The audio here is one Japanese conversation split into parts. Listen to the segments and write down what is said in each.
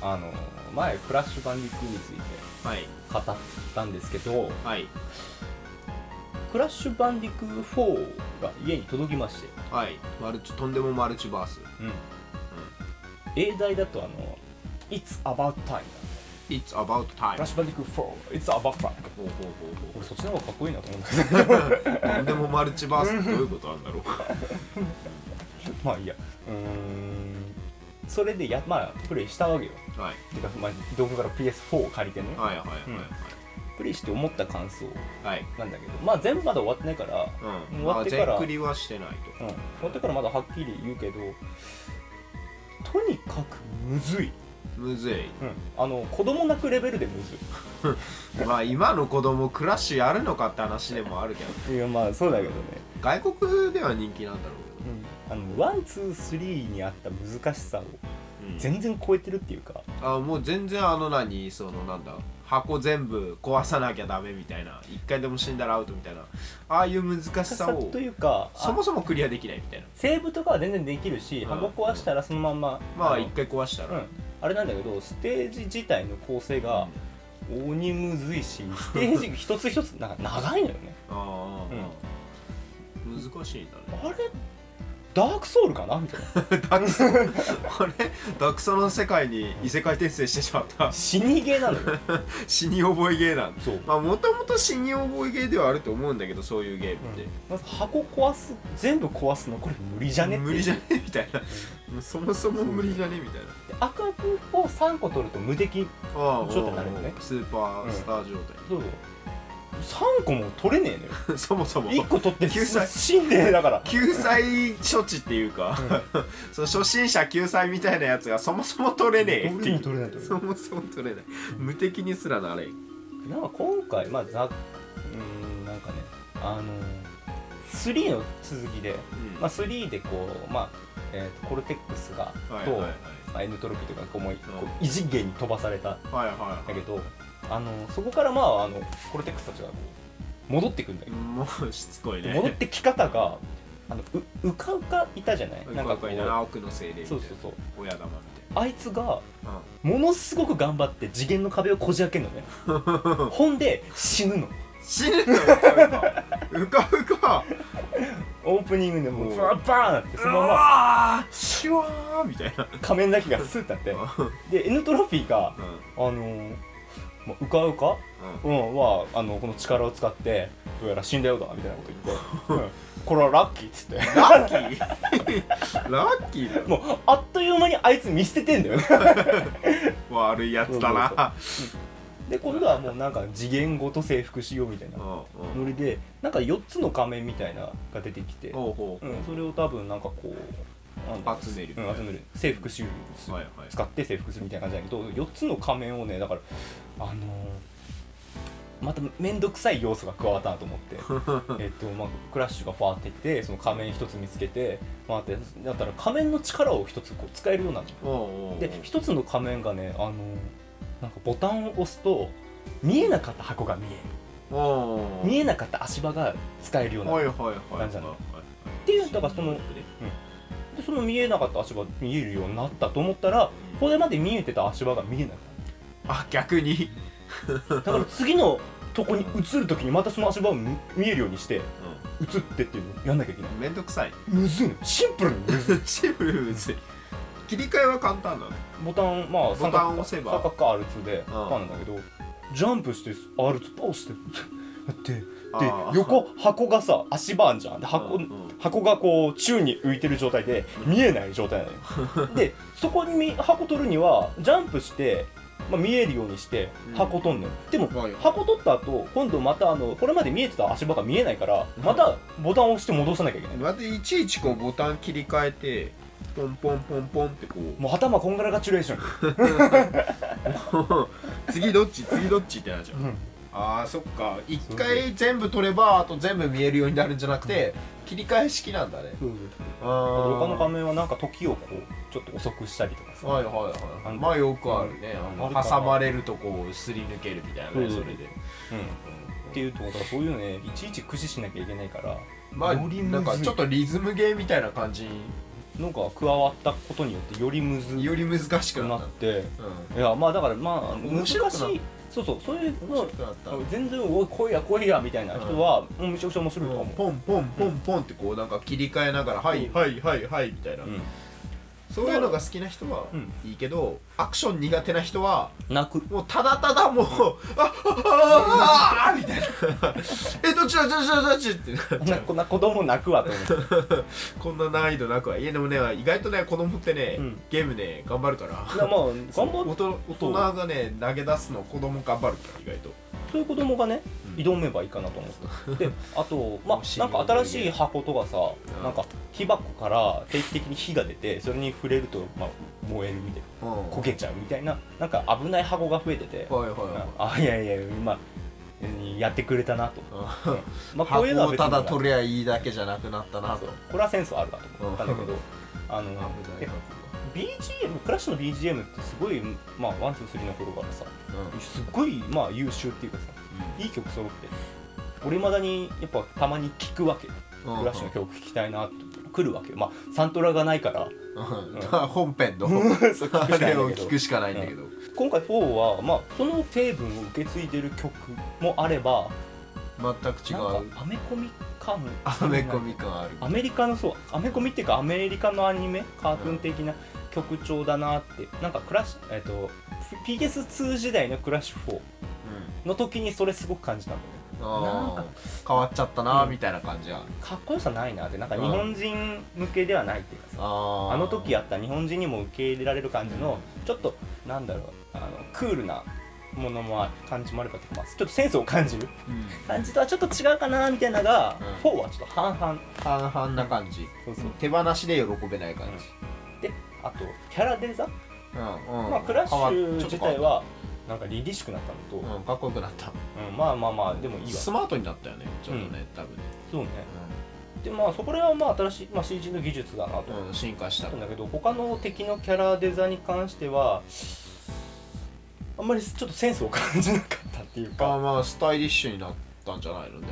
あの前クラッシュバンディックについてはい語ったんですけどはいクラッシュバンディック4が家に届きまして、はいマルチとんでもマルチバース英題だとあの「It's about time It's about」クラ time ッシュバンディック4 It's about time ほうほうほうほう俺そっちの方がかっこいいなと思うんだけど とんでもマルチバースってどういうことなんだろうまあいいやうーんそれでやまあプレイしたわけよはいてか、まあ、動画から PS4 を借りてねはいはいはいプレイして思った感想はいはいなんだけどまあ全部まだ終わってないから、うん終わってからまあ全クリはしてないうん、終わってからまだはっきり言うけどとにかくむずい、とむずいあの子供なくレベルでむずいまあ今の子供クラッシュやるのかって話でもあるけど いやまあそうだけどね、外国では人気なんだろうあけどのワンツースリーにあった難しさをうん全然超えてるっていうか、あもう全然あの何そのなんだ箱全部壊さなきゃダメみたいな一回でも死んだらアウトみたいなああいう難し難しささをというかあそもそもクリアできないみたいなセーブとかは全然できるしうん箱壊したらそのまんま、まあの一回壊したうらん、あれなんだけどステージ自体の構成が鬼むずい しステージ一つ一つなんか長いのよねああ、難しいんだねあれダークソウルかなみ たいなダクソあれダクソの世界に異世界転生してしまった 死にゲーなのよ死に覚えゲーなんだそうまあもともと死に覚えゲーではあると思うんだけどそういうゲームって、まず箱壊す全部壊すのこれ無理じゃね無理じゃねねみたいなもうそもそも無理じゃねみたいな赤くを3個取ると無敵ああ状態になるよねスーパースター状態、そう3個も取れねえのよそもそも1個取って救済死んでだから救済処置っていうか、 その初心者救済みたいなやつがそもそも取れねえっていう取れない取れそもそも取れない無敵にすらなれんなんか今回まあざうーんなんかねあの3の続きで、まあ、3でこう、まあえーとコルテックスがと、はいはいはいまあ、エンドトロピーとかこうもうこう異次元に飛ばされたんはいはだいけはどあのそこからまああのコルテックスたちがこう戻ってくんだけいど、もうしつこいね戻ってき方があのううかうかいたじゃないうんなんかこういな奥の精霊みたそいうなそうそう親玉みあいつがたいもな、のすごく頑張って次元の壁をこじ開けるのねほんで死ぬの死ぬのうかうかうかうかオープニングでもおううバーンバーンってそのまうまわーシュワーみたいな、仮面だけがスッてなってで N トロフィーがうんうんあのーまあうかうか、うん、はあのこの力を使ってどうやら死んだようだみたいなこと言って、うんこれはラッキーっつって ラッキーラッキーだよもうあっという間にあいつ見捨ててんだよね悪いやつだなで今度はもうなんか次元ごと征服しようみたいなうんうんノリでなんか4つの仮面みたいなのが出てきて、ほうほううん、それを多分なんかこうなんだろう集めるうん、集める征服しようはいはい使って征服するみたいな感じだけど4つの仮面をねだからあのーまた面倒くさい要素が加わったなと思って えっと、まあ、クラッシュがファーっていってその仮面1つ見つけて回ってだったら仮面の力を1つこう使えるようになるおうおうおうで1つの仮面がねあのーなんかボタンを押すと見えなかった箱が見えるおうおう見えなかった足場が使えるようになはいるはいはいなんじゃないはいっていうだからそのでその見えなかった足場見えるようになったと思ったらこれまで見えてた足場が見えなかあ逆にっただから次のとこに移る時にまたその足場を見見えるようにして移ってっていうのをやんなきゃいけないめんどくさいむずいのシンプルにむずい シンプル別に切り替えは簡単なのボタンまあボタンを押せば三角か R2 でパンなんだけどジャンプして R2 パ押してやってであー横箱がさ足場あんじゃんで箱,、うんうん箱がこう宙に浮いてる状態で見えない状態なの よでそこにみ箱取るにはジャンプして、まあ、見えるようにしてうん箱取んのよ、でもはい箱取った後今度またあのこれまで見えてた足場が見えないからまたボタンを押して戻さなきゃいけないだっていちいちこうボタン切り替えてポンポンポンポンってこう もう頭こんがらがチュレーション、次どっち次どっちってなっちゃうあーそっか一回全部取ればあと全部見えるようになるんじゃなくて切り替え式なんだねあ他のー仮面はなんか時をこうちょっと遅くしたりとかさはいはいはあいのまあよくあるねああのるかな挟まれるとこをすり抜けるみたいなうねんそれでっていうとことはそういうのねいちいち駆使しなきゃいけないからまあよりむずないんかちょっとリズムゲーみたいな感じにのが加わったことによってよりむずより難しくくななっってたういやまあだからまあ面難しい白くなったそうそうそういうん面の白くなった全然「おい来いや来いや」みたいな人は、もうめちゃくちゃ面白いと思ポンポンポンポンってこうなんか切り替えながら「はいうんはいはいはい」みたいなう、そういうのが好きな人はうんいいけどアクション苦手な人は泣くもうただただもう「ああああああ」みたいな「えどっちだどっちだどっち?」ってなっちなゃうこんな子供泣くわと思 ってこんな難易度なくはいやでもね意外とね子供ってね、うんゲームね頑張るからだからまあ頑張大っ人大人がね投げ出すの子供頑張るから意外とそういう子供がねうん挑めばいいかなと思ってであ とまもうあ信なん号か新しい箱とかさうんなんか火箱から定期的に火が出てそれに触れると、まあ、燃えるみたいうんな焦げちゃうみたいななんか危ない箱が増えててはいはいはいあいやいやまあやってくれたなと、うんまあ、こういうの箱はを別にただ取りゃいいだけじゃなくなったなそとうこれはセンスあるなと思ったんだけ ど、あの危なやいっぱ BGM クラッシュの BGM ってすごいまあワンツースリーの頃からさうんうんすっごいまあ優秀っていうかさいい曲揃って俺未だにやっぱたまに聴くわけクラッシュの曲聴きたいなって来るわけよまあサントラがないからうんうん本編のそう聞くしあかなれいん をだけ聞どくしかないんだけど今回4はまあその成分を受け継いでる曲もあれば全く違なんうかアメコミ感アメコミ感あるアメリカのそうアメコミっていうかアメリカのアニメカートゥーン的な曲調だなって、なんかクラッシュえっ、と PS2 時代のクラッシュ4の時にそれすごく感じたんだよねうんあなんかー変わっちゃったなみたいな感じがかっこよさないなってなんかうん日本人向けではないっていうかさあーあの時やった日本人にも受け入れられる感じのちょっとなんだろうあのクールなものもあ感じもあればっていうかまあちょっとセンスを感じるうん感じとはちょっと違うかなみたいなのが、うん4はちょっと半々半々な感じそうそう手放しで喜べない感じであとキャラデザうんうんまあ、クラッシュ自体変わっはなんか凛々しくなったのちょっとと、変わったうんかっこよくなったうんまあまあまあでもいいわスマートになったよねちょっとね多分ねそうねでまあそこら辺はまあ新しい、まあ、CG の技術だなとうんうん進化した思うんだけど他の敵のキャラデザに関してはあんまりちょっとセンスを感じなかったっていうあかまあスタイリッシュになったんじゃないので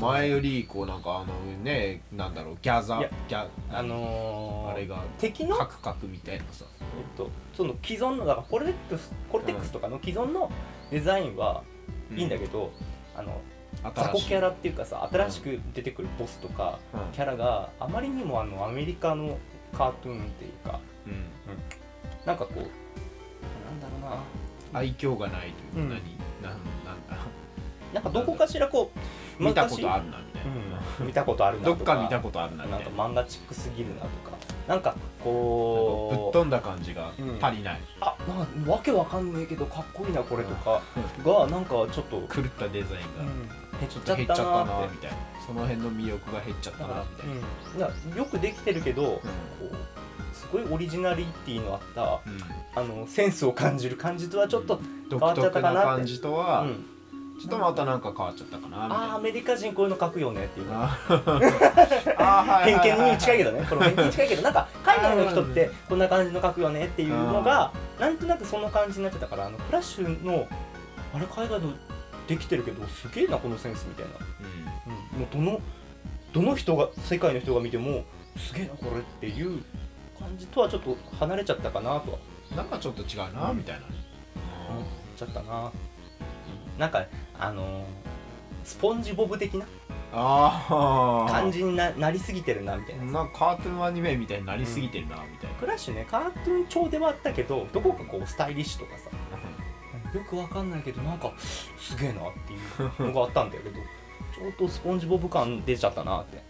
も前よりこうなんかあのねなんだろうギャザいやギャあのー、あれが敵のカクカクみたいなさえっと、その既存のだからコルテックスコルテックスとかの既存のデザインはいいんだけど、あの雑魚キャララっていうかさ新しく出てくるボスとか、キャラがあまりにもあのアメリカのカートゥーンっていうかうんなんかこうなんだろうな愛嬌がないといううんか何なんなんだなんかどこかしらこう見たことある、るなみたいなうん、見たことあるなどとっかか見たことあるなみたないんなか漫画チックすぎるなとかなんかぶっこう飛んだ感じが足りないあなんかわけわかんないけどかっこいいなこれとかがなんかちょっと、狂ったデザインが減っちょっちとゃ減っっちゃったたななーっみてたいなその辺の魅力が減っちゃっただなからみたいな、うんだからよくできてるけど、こうすごいオリジナリティのあったあのセンスを感じる感じとはちょっと、独わっちゃった特かななって感じとは、うんちょっとまたなんか変わっちゃったかなみたいあーアメリカ人こういうの書くよねっていうなあーあーはい偏はいはい見に近いけどねこの偏見に近いけどなんか海外の人ってこんな感じの書くよねっていうのがなんとなくその感じになってたからあのクラッシュのあれ海外のできてるけどすげえなこのセンスみたいな、もうどのどの人が世界の人が見てもすげえなこれっていう感じとはちょっと離れちゃったかなとはうんなんかちょっと違うなみたいな、思っちゃったななんかあのースポンジボブ的なああ感じにななりすぎてるなみたいななんかカートゥーンアニメみたいになりすぎてるなみたいクラッシュねカートゥーン調ではあったけどどこかこうスタイリッシュとかさな、よくわかんないけどなんかすげえなっていうのがあったんだけどちょっとスポンジボブ感出ちゃったなって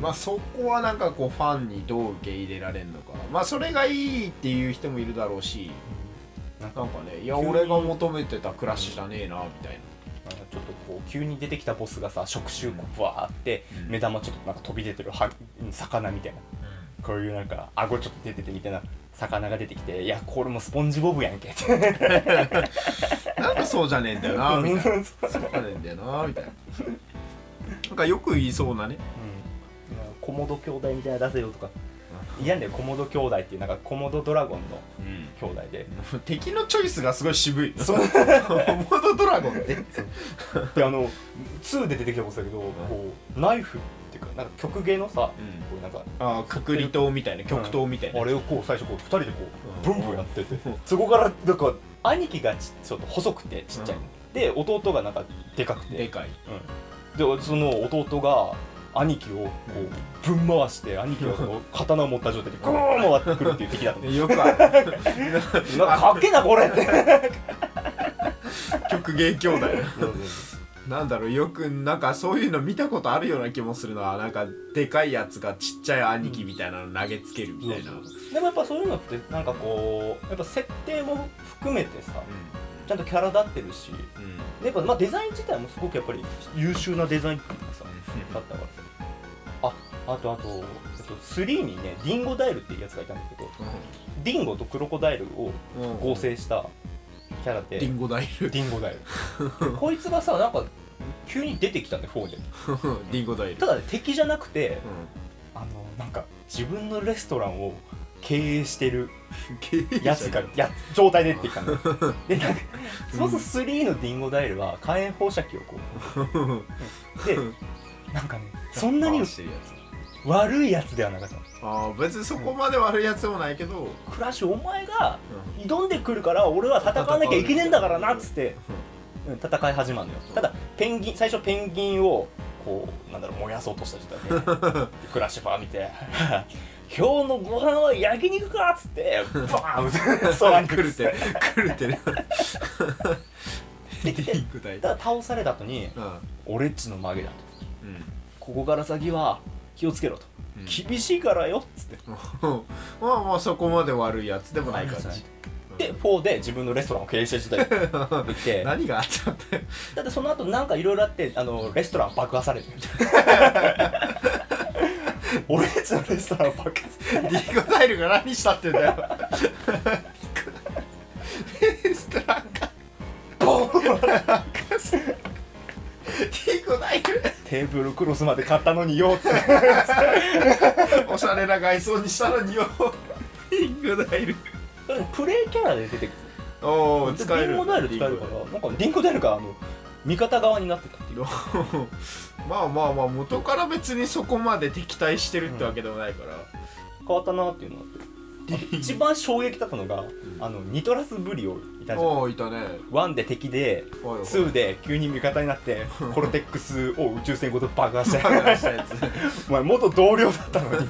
まあそこはなんかこうファンにどう受け入れられるのかまあそれがいいっていう人もいるだろうしなんなかんかねいや急に俺が求めてたクラッシュじゃねえなみたいななんかちょっとこう急に出てきたボスがさ触手こうブワーってうん目玉ちょっとなんか飛び出てるは魚みたいなこういうなんか顎ちょっと出ててみたいな魚が出てきていやこれもスポンジボブやんけってなんかそうじゃねえんだよなみたいなうんそうじゃねえんだよなみたいななんかよく言いそうなねうん、コモド兄弟みたいなの出せよとか嫌ねコモド兄弟っていうなんかコモドドラゴンの兄弟で敵のチョイスがすごい渋い そうモードドラゴンってであの2で出てきたことだけどこうナイフっていうかなんか曲芸のさ、うんこうなんかああ隔離灯みたいな極灯みたいな、あれをこう最初こう2人でこううブんンブンやってて、うんそこからなんか兄貴がちちょっと細くてちっちゃい、うんで弟がなんかでかくてでかいでその弟が兄貴をこうぶん回して兄貴がこ う刀を持った状態でグーン回ってくるっていう敵だったのよくあるなんかかっけえなこれって曲芸兄弟なんだろうよくなんかそういうの見たことあるような気もするななんかでかいやつがちっちゃい兄貴みたいなの投げつけるみたいな、うんでもやっぱそういうのってなんかこうやっぱ設定も含めてさちゃんとキャラ立ってるしやっぱまあデザイン自体もすごくやっぱり優秀なデザインっていうかさだったからさああとあとあと3にねディンゴダイルっていうやつがいたんだけどディンゴとクロコダイルをうん合成したキャラでリンゴダイルディンゴダイルこいつがさなんか急に出てきたんでフォーにリンゴダイルただね敵じゃなくてうあのなんか自分のレストランを経営してるん経営者やつ がや状態で出てきたんだよでなんかそうすると3のディンゴダイルは火炎放射器をこうんうでなんかね そんなにパーしてるやつ悪いやつではなかったああ別にそこまで悪いやつでもないけど、クラッシュお前が挑んでくるから俺は戦わなきゃいけねえんだからなっつってうん戦い始まるのよただペンギン最初ペンギンをこうなんだろう燃やそうとした人だ ねでクラッシュバー見て「今日のご飯は焼肉か!」っつってバーン 空に来来るるってて来るてるできてリンゴダイルただ倒された後にうん「俺っちの曲げだ」とうん「ここから先は気をつけろ」と「うん厳しいからよ」っつってまあまあそこまで悪いやつでもない感じで4で自分のレストランを経営してる人たちでき て何があったんだよだってその後なんかいろいろあってあのレストラン爆破される俺たちのレストラン爆破されるリンゴダイルが何したってんだよレストランかボーンリンゴダイルテーブルクロスまで買ったのによっつっておしゃれな外装にしたのによリンゴダイルそれプレイキャラで出てくおおる使えるリンゴダイル使えるからなんかリンゴダイルがあの味方側になってたっていうどう まあまあまあ元から別にそこまで敵対してるってわけでもないから、変わったなっていうのがあ って一番衝撃だったのがあのニトラスブリオいたじゃんおおいたね1で敵でおいおい2で急に味方にな ってコロテックスを宇宙船ごと爆破しバ カたにしたやつお前元同僚だったのに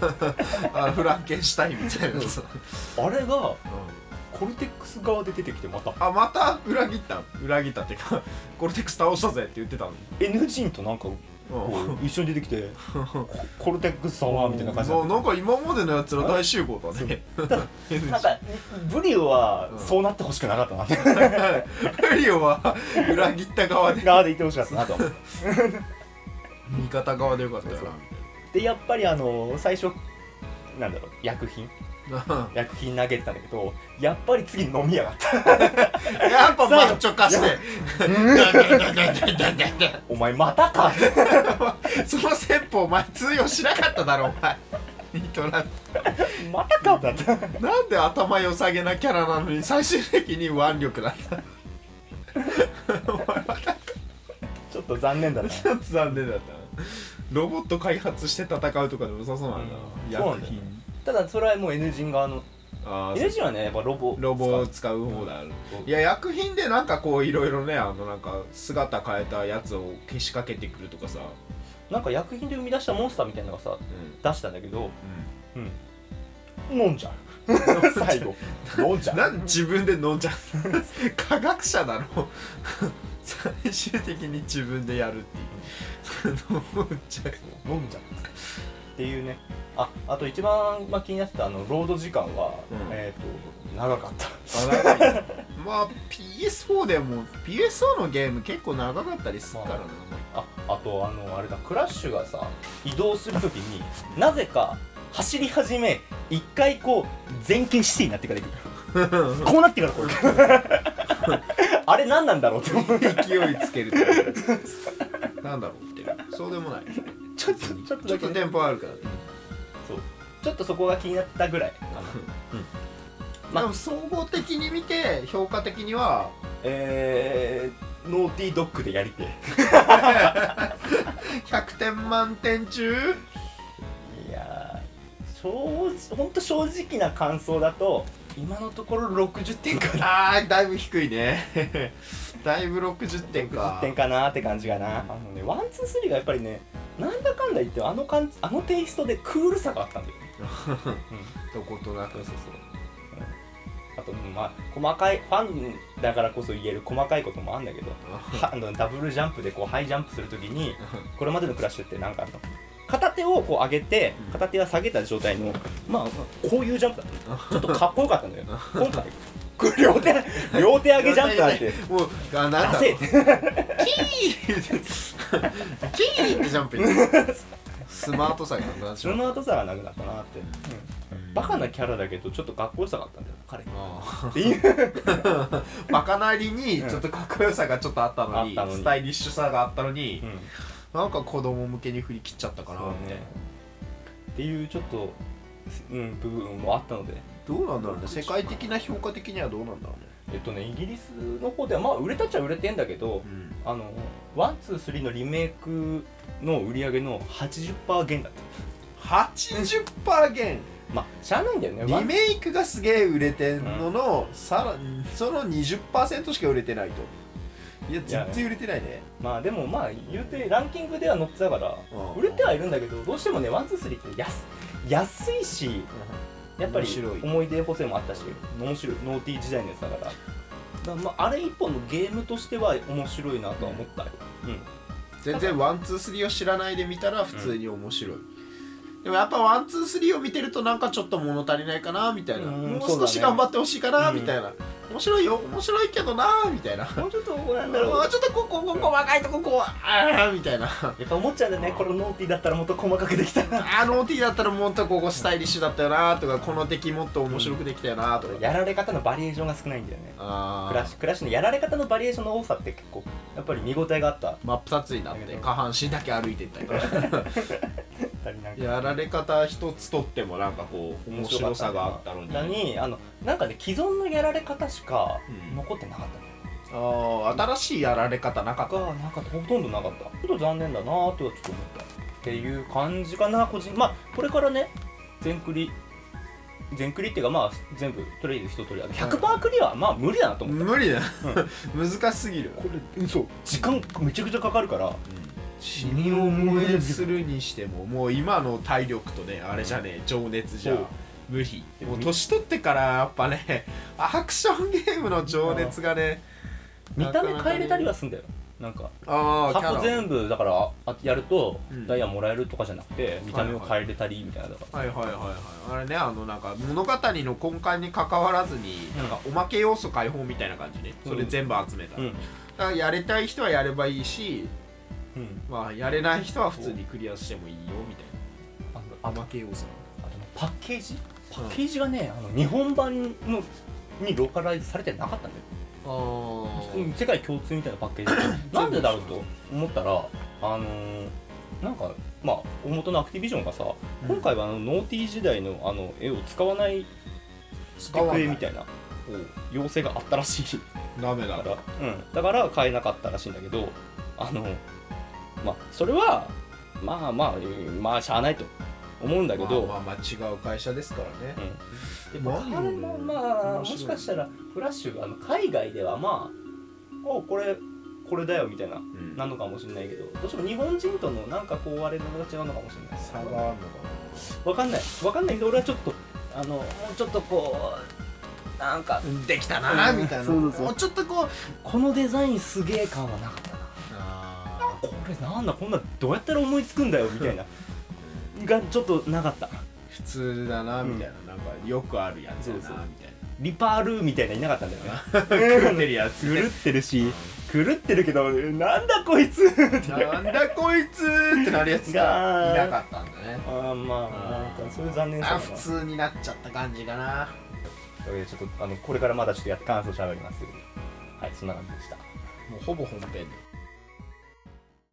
あ のフランケンシュタインみた いなや つ、あれがコルテックス側で出てきてまたあまた裏切った裏切ったっていうか コルテックス倒したぜって言ってたのに N 人となんかこ う一緒に出てきてココルテックス様みたいな感じだもうなんか今までのやつら大集合だね なんかブリオはそうなってほしくなかったな ってフリオは裏切った側 で側でいてほしかったなと思う味方側でよかったよ でやっぱりあの最初なんだろう薬品な薬品投げてたんだけどやっぱり次飲みやがった やっぱマッチョ化して お前またか その戦法お前通用しなかっただろお前ニトラ またかだ ったなんで頭良さげなキャラなのに最終的に腕力だったちょっと残念だなちょっと残念だったなロボット開発して戦うとかでも良さそうなんだうんなそうなんだよねただそれはもう N 人側のあー N 人はねやっぱロボロボを使う方だ、うんいや薬品でなんかこういろいろねあのなんか姿変えたやつをけしかけてくるとかさ、なんか薬品で生み出したモンスターみたいなのがさう出したんだけどんうん飲んじゃう 最後飲んじゃうなんで自分で飲んじゃう 科学者だろ 最終的に自分でやるっていう 飲んじゃう飲んじゃうっていうねああと一番、まあ、気になってたあのロード時間は、うんえっ、と長かったあ長いまあ PS4 でも PS4 のゲーム結構長かったりするからな、まああとあのあれだクラッシュがさ移動するときになぜか走り始め一回こう前傾姿勢になってから行 くこうなってからこう行く あれ何なんだろうって思う勢いつけるっていうかなんだろうってそうでもないちょっとちょっとちだょけっとねテンポ悪くなってそうちょっとそこが気になったぐらいか なまでも総合的に見て評価的にはえー、ノーティードッグでやりてえ100点満点中いやー正直ほんと正直な感想だと今のところ60点かなあーだいぶ低いね だいぶ60点か60点かなって感じかなあのねワンツースリーがやっぱりねなんだかんだ言ってあの感じあのテイストでクールさがあったんだよね、 どことなくそうそうそううんあとまあ細かいファンだからこそ言える細かいこともあんだけどはあのダブルジャンプでこうハイジャンプするときにこれまでのクラッシュって何かあったの片手をこう上げてうん片手は下げた状態のまあこういうジャンプだったちょっとかっこよかったんだよ今回これ両手両手上げジャンプだってもうあなんだろう出せってキーって キーってジャ ンプ言ってスマートさがなくなっちそゃうの後さがなくなったなって、うんバカなキャラだけどちょっとかっこよさがあったんだよ彼あっていうーバカなりにちょっとかっこよさがちょっとあったのに,、うんあったのにスタイリッシュさがあったのに、うんなんか子供向けに振り切っちゃったかなみたいなっていうちょっと、うん、部分もあったのでどうなんだろうね世界的な評価的にはどうなんだろえっとねイギリスの方ではまあ売れたっちゃ売れてんだけどう、ね、あのワンツースリーのリメイクの売り上げの80%減だった80%減まあしゃあないんだよねワリンメイクがすげえ売れてんのの、さらその20%しか売れてないといや全然売れてないねまあでもまあ言うてランキングでは載ってたからう売んれてはいるんだけどどうしてもねワンツースリーって安安いしやっぱり面白い思い出補正もあったし面白いノーティー時代のやつだからだからまああれ一本のゲームとしては面白いなとは思ったよ、うん、全然ワンツースリーを知らないで見たら普通に面白い、でもやっぱワンツースリーを見てるとなんかちょっと物足りないかなみたいな、うんもうそうだね少し頑張ってほしいかなうんみたいな、面白いよ面白いけどなみたいなもうちょっとこれなんだもろううちょっとここここ若いとここうああみたいなやっぱ思っちゃうんだよねこのノーティーだったらもっと細かくできたなあの OT だったらもっとここスタイリッシュだったよなとかこの敵もっと面白くできたよなとか、やられ方のバリエーションが少ないんだよねあクラッシュクラッシュのやられ方のバリエーションの多さって結構やっぱり見応えがあった真っ二つになって下半身だけ歩いてったりと か足りなやられ方一つとってもなんかこう面白さがあったのになにあのなんかね既存のやられ方しかうん残ってなかったね、あー新しいやられ方なかったがなんかほとんどなかったちょっと残念だなーとはちょっと思ったっていう感じかな個人まあこれからね全クリ全クリっていうかまあ全部とりあえず一通りあの100%クリアはまあ無理だなと思っ無理だ、 難しすぎる、たこれ嘘時間めちゃくちゃかかるから死に思いするにしてももう今の体力とねあれじゃねえ、情熱じゃそう無理もう年取ってからやっぱね アクションゲームの情熱がね見た目変えれたりはすんだよなんかああキャ箱ラ全部だからあやるとうんダイヤもらえるとかじゃなくて見た目を変えれたりみたいなだかはいはいはいはいあれねあのなんか物語の根幹に関わらずに、なんかおまけ要素解放みたいな感じねそれ全部集めた、らうんだからやれたい人はやればいいしうんまあやれない人は普通にクリアしてもいいよみたいあのなあのけ要素あのパッケージパッケージがね、あの日本版のにローカライズされてなかったんだよ、ああうん世界共通みたいなパッケー ジなんでだろうと思ったらあのーなんかまあ大元のアクティビジョンがさ、今回はあのノーティー時代のあの絵を使わない使わな机いみたいな要請があったらしいダメだから、うん、だから買えなかったらしいんだけどあのまあそれはまあまあうんまあしゃあないと思うんだけど、まあまあまあ違う会社ですからねうんであれもまあもしかしたらフラッシュあの海外ではまあおこれこれだよみたいなうんなのかもしれないけどどうしても日本人とのなんかこうあれのが違うのかもしれない差があるのかわかんないわかんないけど俺はちょっとあのもうちょっとこうなんかなできたなうんみたいなそうそうそうもうちょっとこうこのデザインすげえ感はなかったなあこれなんだこんなどうやったら思いつくんだよみたいながちょっとなかった普通だなみたいななんかよくあるやつだなみそうそうたいリパールみたいないなかったんだよねな食ってるやつ 狂ってるし狂ってるけどなんだこいつ なんだこいつってなるやつがいなかったんだねあーまあなんかそういう残念さあが普通になっちゃった感じかなというわけでちょっとあのこれからまだちょっとやっ感想しゃべりますはいそんな感じでしたもうほぼ本編